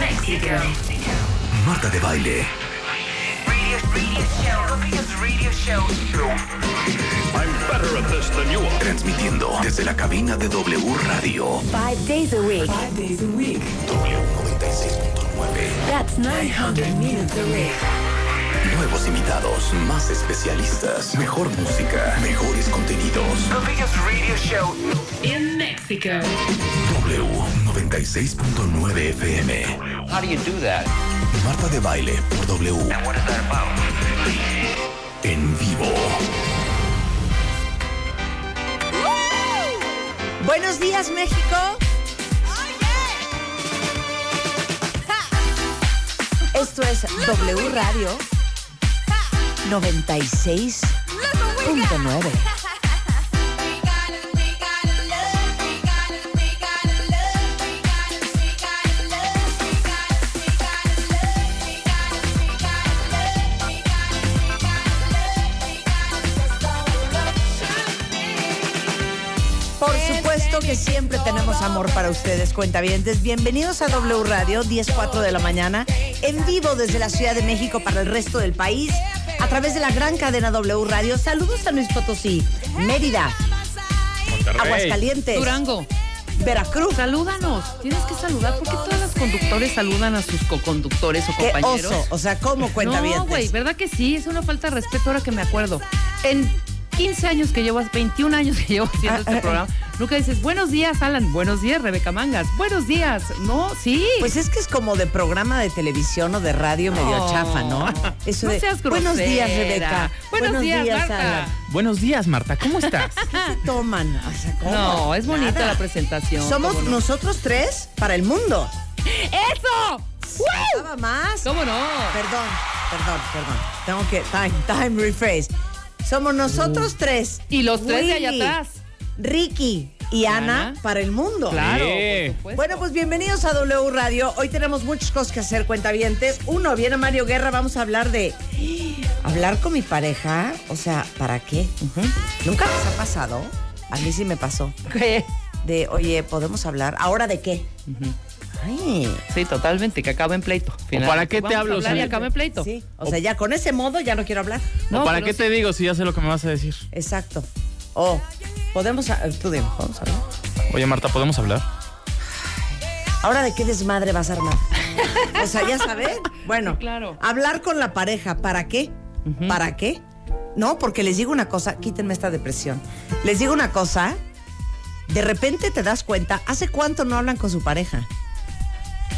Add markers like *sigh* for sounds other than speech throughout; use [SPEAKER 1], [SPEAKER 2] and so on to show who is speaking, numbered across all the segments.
[SPEAKER 1] Mexico.
[SPEAKER 2] Marta de baile.
[SPEAKER 1] Radio, radio show. Copia's radio show.
[SPEAKER 3] I'm better at this than you are.
[SPEAKER 2] Transmitiendo desde la cabina de W Radio.
[SPEAKER 4] Five days a week.
[SPEAKER 5] Five days a week.
[SPEAKER 2] W96.9.
[SPEAKER 4] That's 900 minutes a week.
[SPEAKER 2] Nuevos invitados, más especialistas, mejor música, mejores contenidos.
[SPEAKER 1] The biggest radio show in Mexico.
[SPEAKER 2] W96.9 FM.
[SPEAKER 6] How do you do that?
[SPEAKER 2] Marta de baile por W.
[SPEAKER 6] And what is that about?
[SPEAKER 2] En vivo.
[SPEAKER 7] Buenos días, México. Esto es W Radio 96.9. Por supuesto que siempre tenemos amor para ustedes, cuentavientes. Bienvenidos a W Radio, 10.4 de la mañana, en vivo desde la Ciudad de México para el resto del país, a través de la gran cadena W Radio. Saludos a Luis Potosí, Mérida, Aguascalientes,
[SPEAKER 8] Durango,
[SPEAKER 7] Veracruz.
[SPEAKER 8] salúdanos. Tienes que saludar porque todas las conductores saludan a sus coconductores o
[SPEAKER 7] Qué
[SPEAKER 8] compañeros.
[SPEAKER 7] oso, o sea, ¿cómo cuentavientes?
[SPEAKER 8] no, güey, ¿verdad que sí? Es una falta de respeto ahora que me acuerdo. En 15 años que llevas, 21 años que llevo
[SPEAKER 7] Ah,
[SPEAKER 8] haciendo este programa, nunca dices, buenos días, Alan, buenos días, Rebeca Mangas, buenos días. No, sí.
[SPEAKER 7] Pues es que es como de programa de televisión o de radio medio
[SPEAKER 8] No.
[SPEAKER 7] chafa, ¿no?
[SPEAKER 8] No
[SPEAKER 7] de,
[SPEAKER 8] seas
[SPEAKER 7] Buenos días,
[SPEAKER 8] grosera.
[SPEAKER 7] Rebeca.
[SPEAKER 8] Buenos días, Marta. Ah.
[SPEAKER 7] Alan".
[SPEAKER 9] Buenos días, Marta. ¿Cómo estás? *laughs*
[SPEAKER 7] ¿Qué se toman? O sea, ¿cómo?
[SPEAKER 8] no, es bonita
[SPEAKER 7] Nada.
[SPEAKER 8] la presentación.
[SPEAKER 7] Somos
[SPEAKER 8] ¿cómo no?
[SPEAKER 7] nosotros tres para el mundo.
[SPEAKER 8] ¡Eso!
[SPEAKER 7] Nada más.
[SPEAKER 8] ¿Cómo no?
[SPEAKER 7] Perdón, perdón, perdón. Tengo que time, time rephrase. Somos nosotros tres.
[SPEAKER 8] Mm. Y los tres de allá
[SPEAKER 7] Willy,
[SPEAKER 8] atrás.
[SPEAKER 7] Ricky y Ana,
[SPEAKER 8] Ana.
[SPEAKER 7] para el mundo.
[SPEAKER 8] Claro,
[SPEAKER 9] Sí.
[SPEAKER 8] por supuesto.
[SPEAKER 7] Bueno, pues bienvenidos a W Radio. Hoy tenemos muchas cosas que hacer, cuentavientes. Uno, viene Mario Guerra, vamos a hablar de... Hablar con mi pareja, o sea, ¿para qué? ¿Nunca les ha pasado? A mí sí me pasó.
[SPEAKER 8] ¿Qué?
[SPEAKER 7] De, oye, ¿podemos hablar? ¿Ahora de qué? Ay,
[SPEAKER 8] Sí, totalmente, que acabe en pleito. Finalmente,
[SPEAKER 9] para qué te
[SPEAKER 8] vamos a
[SPEAKER 9] hablo,
[SPEAKER 8] hablar y
[SPEAKER 9] Sally?
[SPEAKER 8] acabe en pleito.
[SPEAKER 7] sí. O sea, ya con ese modo ya no quiero hablar.
[SPEAKER 8] No,
[SPEAKER 9] ¿O para
[SPEAKER 8] pero
[SPEAKER 9] qué te digo si ya sé lo que me vas a decir?
[SPEAKER 7] Exacto. O, ¿podemos...? a- Tú dime, ¿podemos hablar?
[SPEAKER 9] Oye, Marta, ¿podemos hablar?
[SPEAKER 7] ¿Ahora de qué desmadre vas a armar? O sea, ya saben. Bueno,
[SPEAKER 8] *laughs* Sí, claro.
[SPEAKER 7] hablar con la pareja, ¿para qué? ¿Para qué? No, porque les digo una cosa, quítenme esta depresión. Les digo una cosa, de repente te das cuenta, ¿hace cuánto no hablan con su pareja?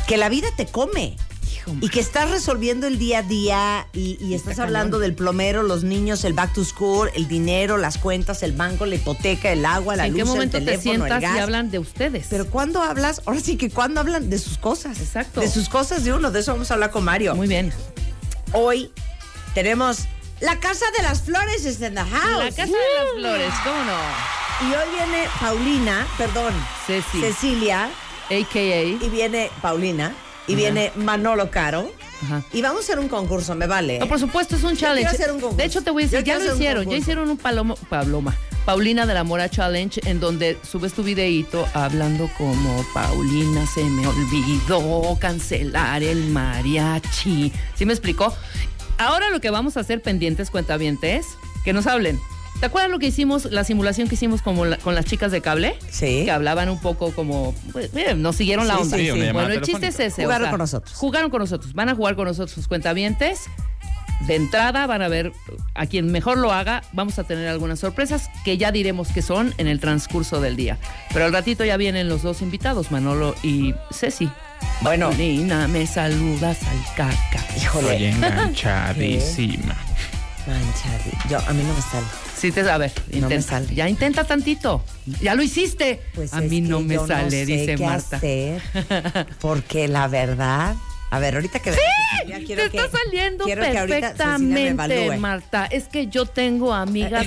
[SPEAKER 7] Que la vida te come.
[SPEAKER 8] Hijo,
[SPEAKER 7] Y que estás resolviendo el día a día y, y estás hablando del plomero, los niños, el back to school, el dinero, las cuentas, el banco, la hipoteca, el agua, la
[SPEAKER 8] ¿En
[SPEAKER 7] luz,
[SPEAKER 8] qué momento
[SPEAKER 7] el
[SPEAKER 8] te
[SPEAKER 7] teléfono, el
[SPEAKER 8] sientas
[SPEAKER 7] gas.
[SPEAKER 8] y hablan de ustedes?
[SPEAKER 7] Pero cuando hablas, ahora sí que cuando hablan de sus cosas.
[SPEAKER 8] Exacto.
[SPEAKER 7] De sus cosas de uno, de eso vamos a hablar con Mario.
[SPEAKER 8] Muy bien.
[SPEAKER 7] Hoy tenemos la Casa de las Flores is in the house.
[SPEAKER 8] La Casa de las Flores, ¿cómo no?
[SPEAKER 7] Y hoy viene Paulina, perdón,
[SPEAKER 8] Ceci,
[SPEAKER 7] Cecilia,
[SPEAKER 8] a.k.a.
[SPEAKER 7] y viene Paulina, y viene Manolo Caro.
[SPEAKER 8] Ajá.
[SPEAKER 7] Y vamos a hacer un concurso, me vale.
[SPEAKER 8] No, pues, por supuesto, es un challenge.
[SPEAKER 7] hacer un concurso.
[SPEAKER 8] de hecho, te voy a
[SPEAKER 7] Yo
[SPEAKER 8] decir,
[SPEAKER 7] quiero
[SPEAKER 8] ya
[SPEAKER 7] hacer
[SPEAKER 8] lo
[SPEAKER 7] un
[SPEAKER 8] hicieron, ya
[SPEAKER 7] concurso.
[SPEAKER 8] hicieron un palomo, paloma, Paulina de la Mora Challenge, en donde subes tu videíto hablando como Paulina se me olvidó cancelar el mariachi. ¿Sí me explicó? Ahora lo que vamos a hacer pendientes, cuentavientes, que nos hablen. ¿Te acuerdas lo que hicimos, la simulación que hicimos como la- con las chicas de cable?
[SPEAKER 7] Sí.
[SPEAKER 8] Que hablaban un poco como, pues, eh, nos siguieron la
[SPEAKER 7] Sí,
[SPEAKER 8] onda.
[SPEAKER 7] sí, sí. Una
[SPEAKER 9] llamada
[SPEAKER 8] Bueno, el chiste es
[SPEAKER 9] telefónica.
[SPEAKER 8] ese.
[SPEAKER 7] Jugaron con nosotros.
[SPEAKER 8] Jugaron con nosotros. Van a jugar con nosotros sus cuentavientes. De entrada van a ver a quien mejor lo haga. Vamos a tener algunas sorpresas que ya diremos que son en el transcurso del día. Pero al ratito ya vienen los dos invitados, Manolo y Ceci.
[SPEAKER 7] Bueno.
[SPEAKER 8] Nina, me saludas al caca.
[SPEAKER 7] Híjole. *laughs*
[SPEAKER 9] Oye, enganchadísima.
[SPEAKER 7] Manchadi. Yo, a mí no me sale.
[SPEAKER 8] Sí, te, a ver,
[SPEAKER 7] No me
[SPEAKER 8] intenta.
[SPEAKER 7] sale.
[SPEAKER 8] ya intenta tantito. Ya lo hiciste.
[SPEAKER 7] Pues
[SPEAKER 8] a
[SPEAKER 7] es
[SPEAKER 8] mí
[SPEAKER 7] que
[SPEAKER 8] no me
[SPEAKER 7] yo
[SPEAKER 8] sale,
[SPEAKER 7] sé
[SPEAKER 8] dice
[SPEAKER 7] qué
[SPEAKER 8] Marta. *laughs*
[SPEAKER 7] hacer, porque la verdad. A ver, ahorita que ¡Sí!
[SPEAKER 8] Te está saliendo perfectamente, Marta. Es que yo tengo amigas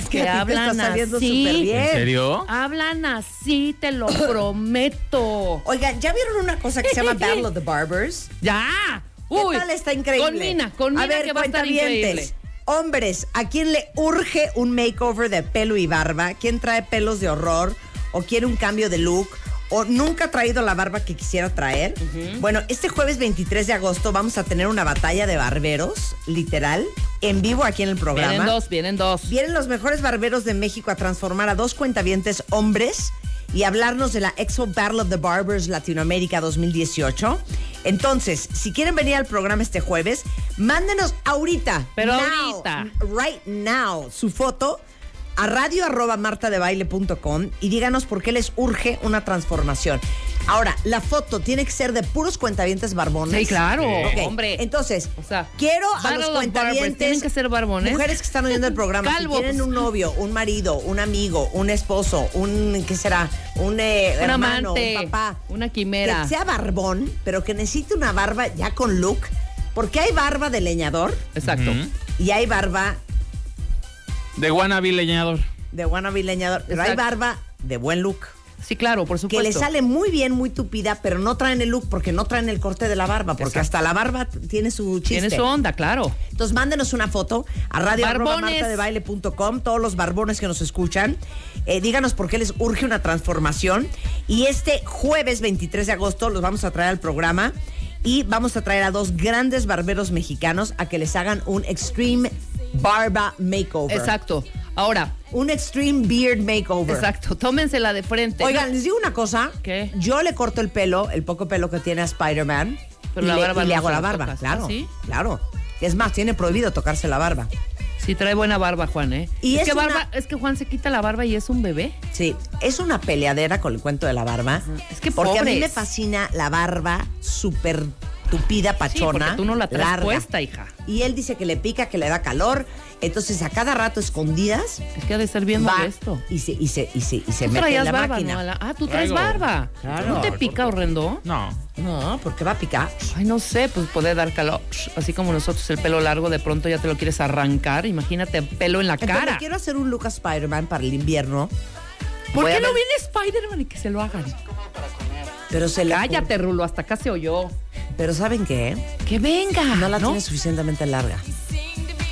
[SPEAKER 7] *laughs* Es que
[SPEAKER 8] que,
[SPEAKER 7] a ti te
[SPEAKER 8] hablan
[SPEAKER 7] está saliendo
[SPEAKER 8] así.
[SPEAKER 7] superbién.
[SPEAKER 9] ¿En serio?
[SPEAKER 8] Ah. Hablan así,
[SPEAKER 7] *coughs*
[SPEAKER 8] te lo prometo.
[SPEAKER 7] Oigan, ¿ya vieron una cosa que se
[SPEAKER 8] *laughs*
[SPEAKER 7] llama Battle of the Barbers?
[SPEAKER 8] ¡Ya!
[SPEAKER 7] ¿Qué tal está increíble?
[SPEAKER 8] Con Mina, con Mina
[SPEAKER 7] a ver,
[SPEAKER 8] que va a estar
[SPEAKER 7] cuentavientes,
[SPEAKER 8] increíble.
[SPEAKER 7] Hombres, ¿a quién le urge un makeover de pelo y barba? ¿Quién trae pelos de horror? ¿O quiere un cambio de look? o nunca ha traído la barba que quisiera traer. Bueno, este jueves 23 de agosto vamos a tener una batalla de barberos, literal, en vivo aquí en el programa.
[SPEAKER 8] Vienen dos, vienen dos.
[SPEAKER 7] Vienen los mejores barberos de México a transformar a dos cuentavientes hombres y hablarnos de la Expo Battle of the Barbers Latinoamérica 2018. Entonces, si quieren venir al programa este jueves, mándenos ahorita.
[SPEAKER 8] Pero
[SPEAKER 7] now,
[SPEAKER 8] ahorita.
[SPEAKER 7] Right now, su foto a radio arroba martadebaile.com y díganos por qué les urge una transformación. Ahora, la foto tiene que ser de puros cuentavientes barbones.
[SPEAKER 8] Sí, claro,
[SPEAKER 7] Ok,
[SPEAKER 8] hombre.
[SPEAKER 7] Entonces,
[SPEAKER 8] O sea,
[SPEAKER 7] quiero a
[SPEAKER 8] Battle
[SPEAKER 7] los
[SPEAKER 8] of Barbers,
[SPEAKER 7] cuentavientes.
[SPEAKER 8] tienen que ser barbones.
[SPEAKER 7] Mujeres que están oyendo el programa.
[SPEAKER 8] Calvos.
[SPEAKER 7] Si tienen un novio, un marido, un amigo, un esposo, un. ¿Qué será? Un, eh,
[SPEAKER 8] Un
[SPEAKER 7] hermano,
[SPEAKER 8] amante,
[SPEAKER 7] un papá.
[SPEAKER 8] una quimera.
[SPEAKER 7] Que sea barbón, pero que necesite una barba ya con look. Porque hay barba de leñador
[SPEAKER 8] Exacto.
[SPEAKER 9] Ujú.
[SPEAKER 7] y hay barba
[SPEAKER 9] De wannabe leñador.
[SPEAKER 7] de wannabe leñador, pero hay
[SPEAKER 8] Exacto.
[SPEAKER 7] barba de buen look.
[SPEAKER 8] Sí, claro, por supuesto.
[SPEAKER 7] Que le sale muy bien, muy tupida, pero no traen el look porque no traen el corte de la barba, porque
[SPEAKER 8] Exacto.
[SPEAKER 7] hasta la barba t- tiene su chiste.
[SPEAKER 8] Tiene su onda, claro.
[SPEAKER 7] Entonces mándenos una foto a radio arroba
[SPEAKER 8] Barbones.
[SPEAKER 7] martadebaile.com, todos los barbones que nos escuchan. Eh, díganos por qué les urge una transformación. Y este jueves 23 de agosto los vamos a traer al programa y vamos a traer a dos grandes barberos mexicanos a que les hagan un extreme barba makeover.
[SPEAKER 8] Exacto. Ahora,
[SPEAKER 7] Un extreme beard makeover.
[SPEAKER 8] exacto, tómensela de frente.
[SPEAKER 7] Oigan, les digo una cosa.
[SPEAKER 8] ¿Qué?
[SPEAKER 7] Yo le corto el pelo, el poco pelo que tiene a Spider-Man.
[SPEAKER 8] Pero
[SPEAKER 7] y
[SPEAKER 8] la
[SPEAKER 7] le,
[SPEAKER 8] barba
[SPEAKER 7] y le
[SPEAKER 8] no
[SPEAKER 7] hago
[SPEAKER 8] se
[SPEAKER 7] la
[SPEAKER 8] la
[SPEAKER 7] barba,
[SPEAKER 8] tocas, ¿ah,
[SPEAKER 7] claro.
[SPEAKER 8] sí?
[SPEAKER 7] Claro. Es más, tiene prohibido tocarse la barba.
[SPEAKER 8] Sí, trae buena barba, Juan, ¿eh?
[SPEAKER 7] Y
[SPEAKER 8] es,
[SPEAKER 7] es
[SPEAKER 8] que
[SPEAKER 7] una-
[SPEAKER 8] barba, es que Juan se quita la barba y es un bebé.
[SPEAKER 7] Sí, es una peleadera con el cuento de la barba.
[SPEAKER 8] Es que
[SPEAKER 7] Porque a mí
[SPEAKER 8] pobres.
[SPEAKER 7] me fascina la barba súper tupida, pachona.
[SPEAKER 8] porque tú no la traes
[SPEAKER 7] larga.
[SPEAKER 8] puesta, hija.
[SPEAKER 7] Y él dice que le pica, que le da calor. Entonces, a cada rato, escondidas,
[SPEAKER 8] Es que ha de estar bien
[SPEAKER 7] va
[SPEAKER 8] molesto.
[SPEAKER 7] y se, y se, y se, y se
[SPEAKER 8] Tú
[SPEAKER 7] mete en
[SPEAKER 8] traías
[SPEAKER 7] la
[SPEAKER 8] barba,
[SPEAKER 7] máquina.
[SPEAKER 8] ¿no? Ala? Ah, tú traes
[SPEAKER 9] Traigo.
[SPEAKER 8] barba.
[SPEAKER 9] Claro.
[SPEAKER 8] ¿No te pica horrendo?
[SPEAKER 9] No.
[SPEAKER 7] No, porque va a picar.
[SPEAKER 8] Ay, no sé, pues puede dar calor. Así como nosotros el pelo largo, de pronto ya te lo quieres arrancar. Imagínate pelo en la
[SPEAKER 7] Entonces,
[SPEAKER 8] cara.
[SPEAKER 7] quiero hacer un look a Spider-Man para el invierno.
[SPEAKER 8] ¿Por
[SPEAKER 7] Voy a
[SPEAKER 8] qué no
[SPEAKER 7] ver-
[SPEAKER 8] viene Spider-Man y que se lo hagan?
[SPEAKER 7] Pero se le
[SPEAKER 8] Cállate, Rulo, hasta acá se oyó.
[SPEAKER 7] Pero ¿saben qué?
[SPEAKER 8] Que venga.
[SPEAKER 7] No la tiene suficientemente larga.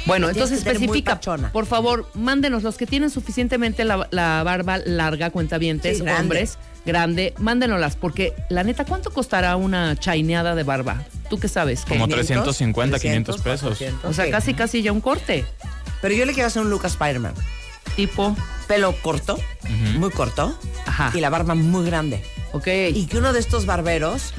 [SPEAKER 8] Bueno,
[SPEAKER 7] La tienes
[SPEAKER 8] entonces
[SPEAKER 7] que tener muy
[SPEAKER 8] especifica,
[SPEAKER 7] pachona.
[SPEAKER 8] por favor, mándenos los que tienen suficientemente la, la barba larga, cuentavientes,
[SPEAKER 7] Sí, grande.
[SPEAKER 8] hombres, grande, mándenoslas, porque la neta, ¿cuánto costará una chaineada de barba? ¿Tú qué sabes?
[SPEAKER 9] Como
[SPEAKER 7] 500,
[SPEAKER 9] 350, 500 pesos.
[SPEAKER 7] 400,
[SPEAKER 8] O sea,
[SPEAKER 7] sí.
[SPEAKER 8] casi, casi ya un corte,
[SPEAKER 7] Pero yo le quiero hacer un look a Spider-Man.
[SPEAKER 8] tipo,
[SPEAKER 7] Pelo corto, muy corto,
[SPEAKER 8] Ajá.
[SPEAKER 7] y la barba muy grande.
[SPEAKER 8] ok.
[SPEAKER 7] Y que uno de estos barberos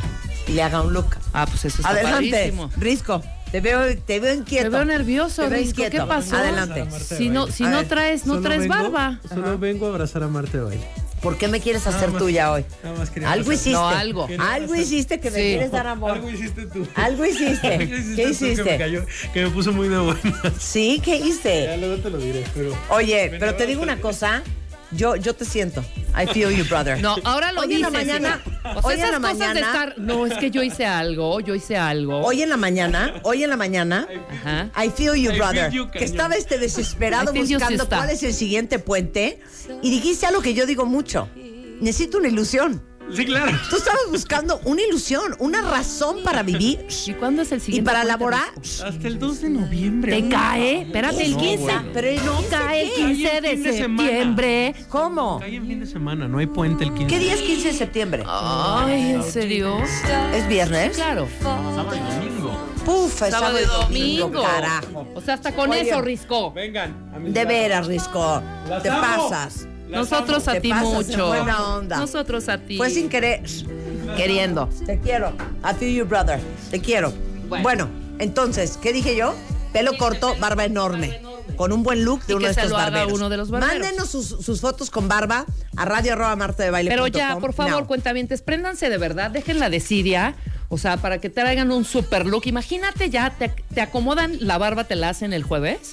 [SPEAKER 7] le haga un look.
[SPEAKER 8] ah, pues eso está
[SPEAKER 7] Adelante,
[SPEAKER 8] padrísimo.
[SPEAKER 7] Risco. Te veo, te veo inquieto.
[SPEAKER 8] Te veo nervioso,
[SPEAKER 7] Te veo
[SPEAKER 8] Risco, ¿qué
[SPEAKER 7] inquieto.
[SPEAKER 8] pasó?
[SPEAKER 7] Adelante.
[SPEAKER 8] Si no, si
[SPEAKER 7] A
[SPEAKER 8] no
[SPEAKER 7] ver,
[SPEAKER 8] traes, no
[SPEAKER 5] Solo
[SPEAKER 8] traes
[SPEAKER 5] vengo-
[SPEAKER 8] barba.
[SPEAKER 5] Solo vengo a abrazar a Marte Baile.
[SPEAKER 7] ¿Por qué me quieres hacer
[SPEAKER 5] más-
[SPEAKER 7] tuya hoy?
[SPEAKER 5] nada más quería
[SPEAKER 7] Algo
[SPEAKER 5] pasar.
[SPEAKER 7] hiciste.
[SPEAKER 8] No, algo.
[SPEAKER 7] Algo hiciste que me
[SPEAKER 8] Sí.
[SPEAKER 7] quieres dar amor.
[SPEAKER 5] Algo hiciste tú.
[SPEAKER 7] Algo hiciste.
[SPEAKER 5] *laughs* Algo
[SPEAKER 7] ¿Qué
[SPEAKER 5] tú Que me,
[SPEAKER 7] hiciste?
[SPEAKER 5] cayó, que me puso muy
[SPEAKER 7] *laughs*
[SPEAKER 5] de buenas.
[SPEAKER 7] Sí, ¿qué
[SPEAKER 5] Ya
[SPEAKER 7] hice?
[SPEAKER 5] luego te lo diré, pero.
[SPEAKER 7] Oye,
[SPEAKER 5] Me
[SPEAKER 7] pero
[SPEAKER 5] lo
[SPEAKER 7] te
[SPEAKER 5] vas
[SPEAKER 7] digo
[SPEAKER 5] a
[SPEAKER 7] una
[SPEAKER 5] hacer.
[SPEAKER 7] cosa. Yo, yo te siento. I feel you, brother.
[SPEAKER 8] No, ahora lo
[SPEAKER 7] Hoy en la
[SPEAKER 8] dices,
[SPEAKER 7] mañana-
[SPEAKER 8] hija. O sea,
[SPEAKER 7] hoy en
[SPEAKER 8] esas
[SPEAKER 7] la
[SPEAKER 8] cosas
[SPEAKER 7] mañana-
[SPEAKER 8] de estar, no, es que yo hice algo, yo hice algo.
[SPEAKER 7] Hoy en la mañana, hoy en la mañana,
[SPEAKER 8] Ajá.
[SPEAKER 7] I feel you,
[SPEAKER 5] I
[SPEAKER 7] brother.
[SPEAKER 5] feel you,
[SPEAKER 7] que
[SPEAKER 5] cañón.
[SPEAKER 7] estaba este desesperado
[SPEAKER 8] I feel you,
[SPEAKER 7] buscando
[SPEAKER 8] sister.
[SPEAKER 7] cuál es el siguiente puente y dijiste algo que yo digo mucho. Necesito una ilusión.
[SPEAKER 5] Sí, claro.
[SPEAKER 7] Tú estabas buscando una ilusión, una razón para vivir
[SPEAKER 8] ¿Y cuándo es el
[SPEAKER 7] y
[SPEAKER 8] siguiente?
[SPEAKER 7] para
[SPEAKER 8] puente,
[SPEAKER 7] laborar.
[SPEAKER 8] Risco?
[SPEAKER 5] Hasta el 2 de noviembre.
[SPEAKER 8] Te cae, espérate, Ah, el 15,
[SPEAKER 7] pero el
[SPEAKER 8] no
[SPEAKER 7] 15,
[SPEAKER 8] cae el
[SPEAKER 7] ¿qué?
[SPEAKER 8] 15
[SPEAKER 5] Cae
[SPEAKER 8] de
[SPEAKER 5] el fin de semana.
[SPEAKER 8] septiembre.
[SPEAKER 7] ¿Cómo?
[SPEAKER 5] Cae en fin de semana, no hay puente el 15.
[SPEAKER 7] ¿Qué día es 15 de septiembre?
[SPEAKER 8] Ay, ¿en serio?
[SPEAKER 7] ¿Es viernes?
[SPEAKER 8] Ah, Claro.
[SPEAKER 7] Puf, es
[SPEAKER 8] Sábado y domingo.
[SPEAKER 7] Carajo.
[SPEAKER 8] O sea, hasta con
[SPEAKER 7] Oigan.
[SPEAKER 8] eso, Risco.
[SPEAKER 5] Vengan. a mis
[SPEAKER 7] De
[SPEAKER 5] lados.
[SPEAKER 7] veras, Risco.
[SPEAKER 5] Las
[SPEAKER 7] te
[SPEAKER 5] amo.
[SPEAKER 7] pasas.
[SPEAKER 5] Las
[SPEAKER 8] Nosotros
[SPEAKER 7] amo.
[SPEAKER 8] a
[SPEAKER 7] Te
[SPEAKER 8] ti
[SPEAKER 7] pasas de
[SPEAKER 8] mucho.
[SPEAKER 7] buena onda. Pues
[SPEAKER 8] Nosotros a ti.
[SPEAKER 7] Fue sin querer.
[SPEAKER 8] queriendo.
[SPEAKER 7] Te quiero. I feel you, brother. Te quiero. Bueno.
[SPEAKER 8] Bueno.
[SPEAKER 7] entonces, ¿qué dije yo? Pelo corto, barba enorme. Con un buen look de
[SPEAKER 8] Y
[SPEAKER 7] uno
[SPEAKER 8] que
[SPEAKER 7] de
[SPEAKER 8] se
[SPEAKER 7] estos
[SPEAKER 8] lo haga
[SPEAKER 7] barberos.
[SPEAKER 8] uno de los barberos.
[SPEAKER 7] Mándenos sus, sus fotos con barba a radio arroba martadebaile
[SPEAKER 8] Pero
[SPEAKER 7] punto
[SPEAKER 8] ya,
[SPEAKER 7] com
[SPEAKER 8] por favor,
[SPEAKER 7] now.
[SPEAKER 8] cuentavientes, préndanse de verdad, déjenla de Siria. O sea, para que traigan un super look. Imagínate ya, te, te acomodan la barba, te la hacen el jueves.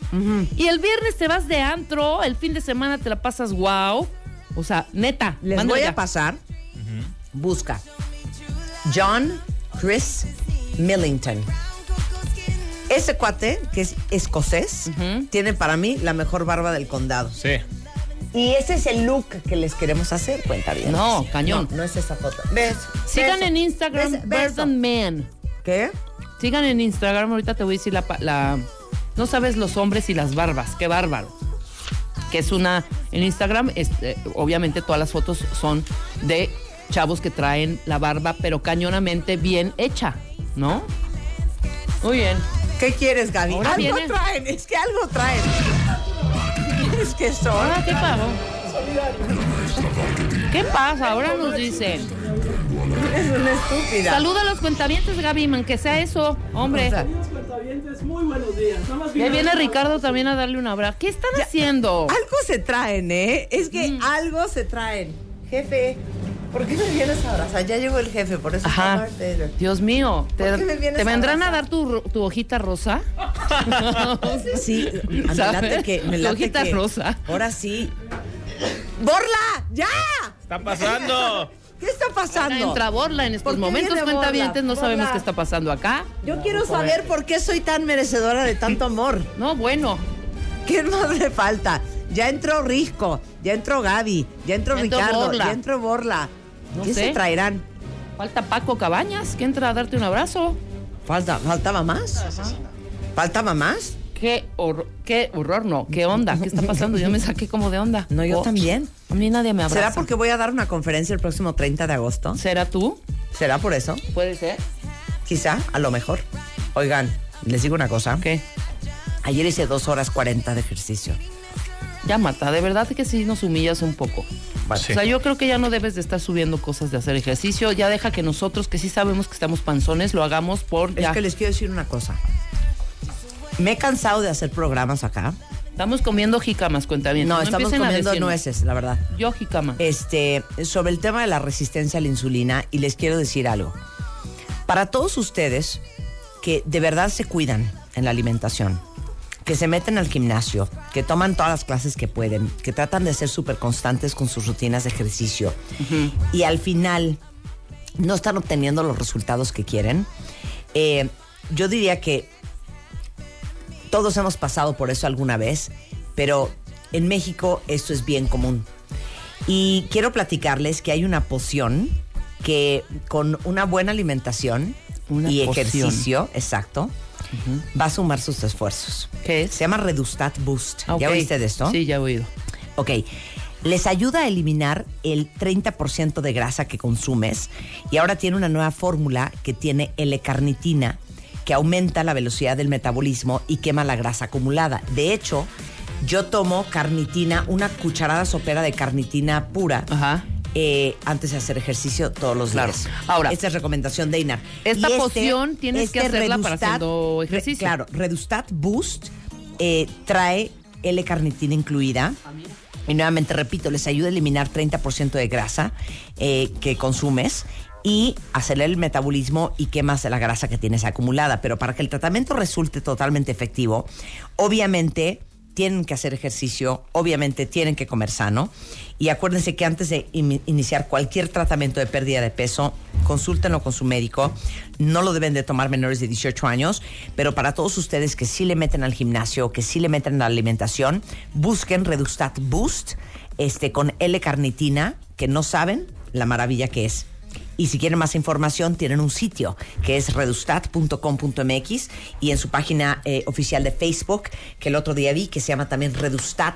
[SPEAKER 8] Y el viernes te vas de antro, el fin de semana te la pasas wow. O sea, neta.
[SPEAKER 7] Les
[SPEAKER 8] mándalo
[SPEAKER 7] voy
[SPEAKER 8] ya.
[SPEAKER 7] a pasar. Busca. John Chris Millington. Ese cuate, que es escocés, tiene para mí la mejor barba del condado.
[SPEAKER 9] Sí.
[SPEAKER 7] Y ese es el look que les queremos hacer, cuenta bien.
[SPEAKER 8] No, cañón.
[SPEAKER 7] No, no es esa foto. Beso,
[SPEAKER 8] Sigan
[SPEAKER 7] beso,
[SPEAKER 8] en Instagram,
[SPEAKER 7] beso, beso.
[SPEAKER 8] Bird and Man.
[SPEAKER 7] ¿Qué?
[SPEAKER 8] Sigan en Instagram, ahorita te voy a decir la, pa- la- No sabes los hombres y las barbas, qué bárbaro. Que es una... En Instagram, este, obviamente todas las fotos son de chavos que traen la barba, pero cañonamente bien hecha, ¿no? Muy bien.
[SPEAKER 7] ¿Qué quieres, Gaby?
[SPEAKER 8] Ahora
[SPEAKER 7] algo
[SPEAKER 8] viene.
[SPEAKER 7] traen, es que algo traen. Es que son.
[SPEAKER 8] Ahora, ¿qué pasó? ¿Qué pasa? Ahora nos dicen.
[SPEAKER 7] Es una estúpida.
[SPEAKER 8] Saluda a los cuentavientes, Gaby, man, que sea eso, hombre.
[SPEAKER 7] O sea,
[SPEAKER 8] Ya viene Ricardo también a darle un abrazo. ¿Qué están haciendo?
[SPEAKER 7] Algo se traen, ¿eh? Es que
[SPEAKER 8] Mm.
[SPEAKER 7] algo se traen. Jefe, ¿por qué me vienes a abrazar? Ya llegó el jefe, por eso está
[SPEAKER 8] Ajá.
[SPEAKER 7] Darth Vader.
[SPEAKER 8] Dios mío, ¿te,
[SPEAKER 7] ¿Por qué me vienes
[SPEAKER 8] te
[SPEAKER 7] a
[SPEAKER 8] vendrán a
[SPEAKER 7] abrazar?
[SPEAKER 8] dar tu, ro- tu hojita rosa?
[SPEAKER 7] *laughs*
[SPEAKER 8] *laughs*
[SPEAKER 7] Sí, me late
[SPEAKER 8] ¿Sabes?
[SPEAKER 7] que. Me
[SPEAKER 8] La
[SPEAKER 7] late
[SPEAKER 8] hojita
[SPEAKER 7] que-
[SPEAKER 8] rosa.
[SPEAKER 7] Ahora sí. ¡Borla! ¡Ya!
[SPEAKER 9] Está *laughs* pasando.
[SPEAKER 7] ¿Qué está pasando?
[SPEAKER 8] Entra Borla en estos
[SPEAKER 7] ¿Por qué
[SPEAKER 8] momentos,
[SPEAKER 7] viene Borla?
[SPEAKER 8] cuentavientes, no sabemos
[SPEAKER 7] Borla.
[SPEAKER 8] qué está pasando acá.
[SPEAKER 7] Yo quiero saber por qué soy tan merecedora de tanto amor. *laughs*
[SPEAKER 8] No, bueno,
[SPEAKER 7] ¿Qué más le falta? Ya entró Risco, ya entró Gaby, ya entró
[SPEAKER 8] Ya entró
[SPEAKER 7] Ricardo,
[SPEAKER 8] Borla.
[SPEAKER 7] ya entró Borla.
[SPEAKER 8] No
[SPEAKER 7] ¿Qué se
[SPEAKER 8] sé.
[SPEAKER 7] traerán?
[SPEAKER 8] falta Paco Cabañas que entra a darte un abrazo.
[SPEAKER 7] Falta, ¿Faltaba más? ¿Faltaba más?
[SPEAKER 8] Qué, horror, qué horror, no, qué onda, qué está pasando. Yo
[SPEAKER 7] *laughs*
[SPEAKER 8] me saqué como de onda.
[SPEAKER 7] No, yo
[SPEAKER 8] Oh,
[SPEAKER 7] también.
[SPEAKER 8] A mí nadie me abraza.
[SPEAKER 7] ¿Será porque voy a dar una conferencia el próximo 30 de agosto?
[SPEAKER 8] ¿Será tú?
[SPEAKER 7] ¿Será por eso?
[SPEAKER 8] Puede ser.
[SPEAKER 7] Quizá, a lo mejor. Oigan, les digo una cosa.
[SPEAKER 8] ¿Qué?
[SPEAKER 7] Ayer hice dos horas 40 de ejercicio.
[SPEAKER 8] Ya, Marta, de verdad que sí nos humillas un poco.
[SPEAKER 9] Ah,
[SPEAKER 8] O sea, yo creo que ya no debes de estar subiendo cosas de hacer ejercicio. Ya deja que nosotros, que sí sabemos que estamos panzones, lo hagamos por
[SPEAKER 7] Es
[SPEAKER 8] ya.
[SPEAKER 7] que les quiero decir una cosa. Me he cansado de hacer programas acá.
[SPEAKER 8] Estamos comiendo jicamas, cuenta bien.
[SPEAKER 7] no, estamos
[SPEAKER 8] empiecen a
[SPEAKER 7] comiendo
[SPEAKER 8] decirnos.
[SPEAKER 7] nueces, la verdad.
[SPEAKER 8] Yo jicama.
[SPEAKER 7] Este, sobre el tema de la resistencia a la insulina y les quiero decir algo. Para todos ustedes que de verdad se cuidan en la alimentación, que se meten al gimnasio, que toman todas las clases que pueden, que tratan de ser súper constantes con sus rutinas de ejercicio y al final no están obteniendo los resultados que quieren, eh, yo diría que todos hemos pasado por eso alguna vez, pero en México esto es bien común. Y quiero platicarles que hay una poción que con una buena alimentación
[SPEAKER 8] Una
[SPEAKER 7] y
[SPEAKER 8] poción.
[SPEAKER 7] ejercicio, exacto, va a sumar sus esfuerzos.
[SPEAKER 8] ¿Qué es?
[SPEAKER 7] Se llama Redustat Boost.
[SPEAKER 8] Ah,
[SPEAKER 7] ¿Ya
[SPEAKER 8] ok.
[SPEAKER 7] oíste de esto?
[SPEAKER 8] Sí, ya he oído.
[SPEAKER 7] Ok. Les ayuda a eliminar el 30% de grasa que consumes y ahora tiene una nueva fórmula que tiene L-carnitina que aumenta la velocidad del metabolismo y quema la grasa acumulada. De hecho, yo tomo carnitina, una cucharada sopera de carnitina pura
[SPEAKER 8] Ajá.
[SPEAKER 7] eh, antes de hacer ejercicio todos los
[SPEAKER 8] Claro.
[SPEAKER 7] días.
[SPEAKER 8] Ahora,
[SPEAKER 7] esta es recomendación de Inar.
[SPEAKER 8] esta
[SPEAKER 7] Y este
[SPEAKER 8] poción tienes que hacerla para haciendo
[SPEAKER 7] re-
[SPEAKER 8] ejercicio.
[SPEAKER 7] claro, Redustat Boost eh, trae L-carnitina incluida. Y nuevamente repito, les ayuda a eliminar 30% de grasa eh, que consumes y acelerar el metabolismo y quemas la grasa que tienes acumulada. Pero para que el tratamiento resulte totalmente efectivo, obviamente tienen que hacer ejercicio, obviamente tienen que comer sano. Y acuérdense que antes de in- iniciar cualquier tratamiento de pérdida de peso, consúltenlo con su médico. No lo deben de tomar menores de 18 años, pero para todos ustedes que sí le meten al gimnasio, que sí le meten a la alimentación, busquen Redustat Boost este, con L-carnitina, que no saben la maravilla que es. Y si quieren más información, tienen un sitio que es redustat.com.mx y en su página eh, oficial de Facebook, que el otro día vi, que se llama también Redustat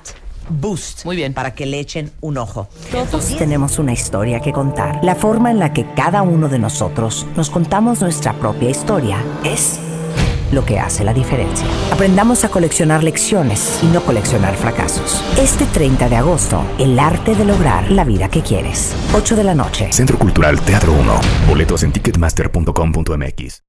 [SPEAKER 7] Boost.
[SPEAKER 8] Muy bien.
[SPEAKER 7] Para que le echen un ojo. Todos tenemos una historia que contar. La forma en la que cada uno de nosotros nos contamos nuestra propia historia es lo que hace la diferencia. Aprendamos a coleccionar lecciones y no coleccionar fracasos. Este 30 de agosto, el arte de lograr la vida que quieres. 8 de la noche.
[SPEAKER 2] Centro Cultural Teatro 1. Boletos en ticketmaster.com.mx.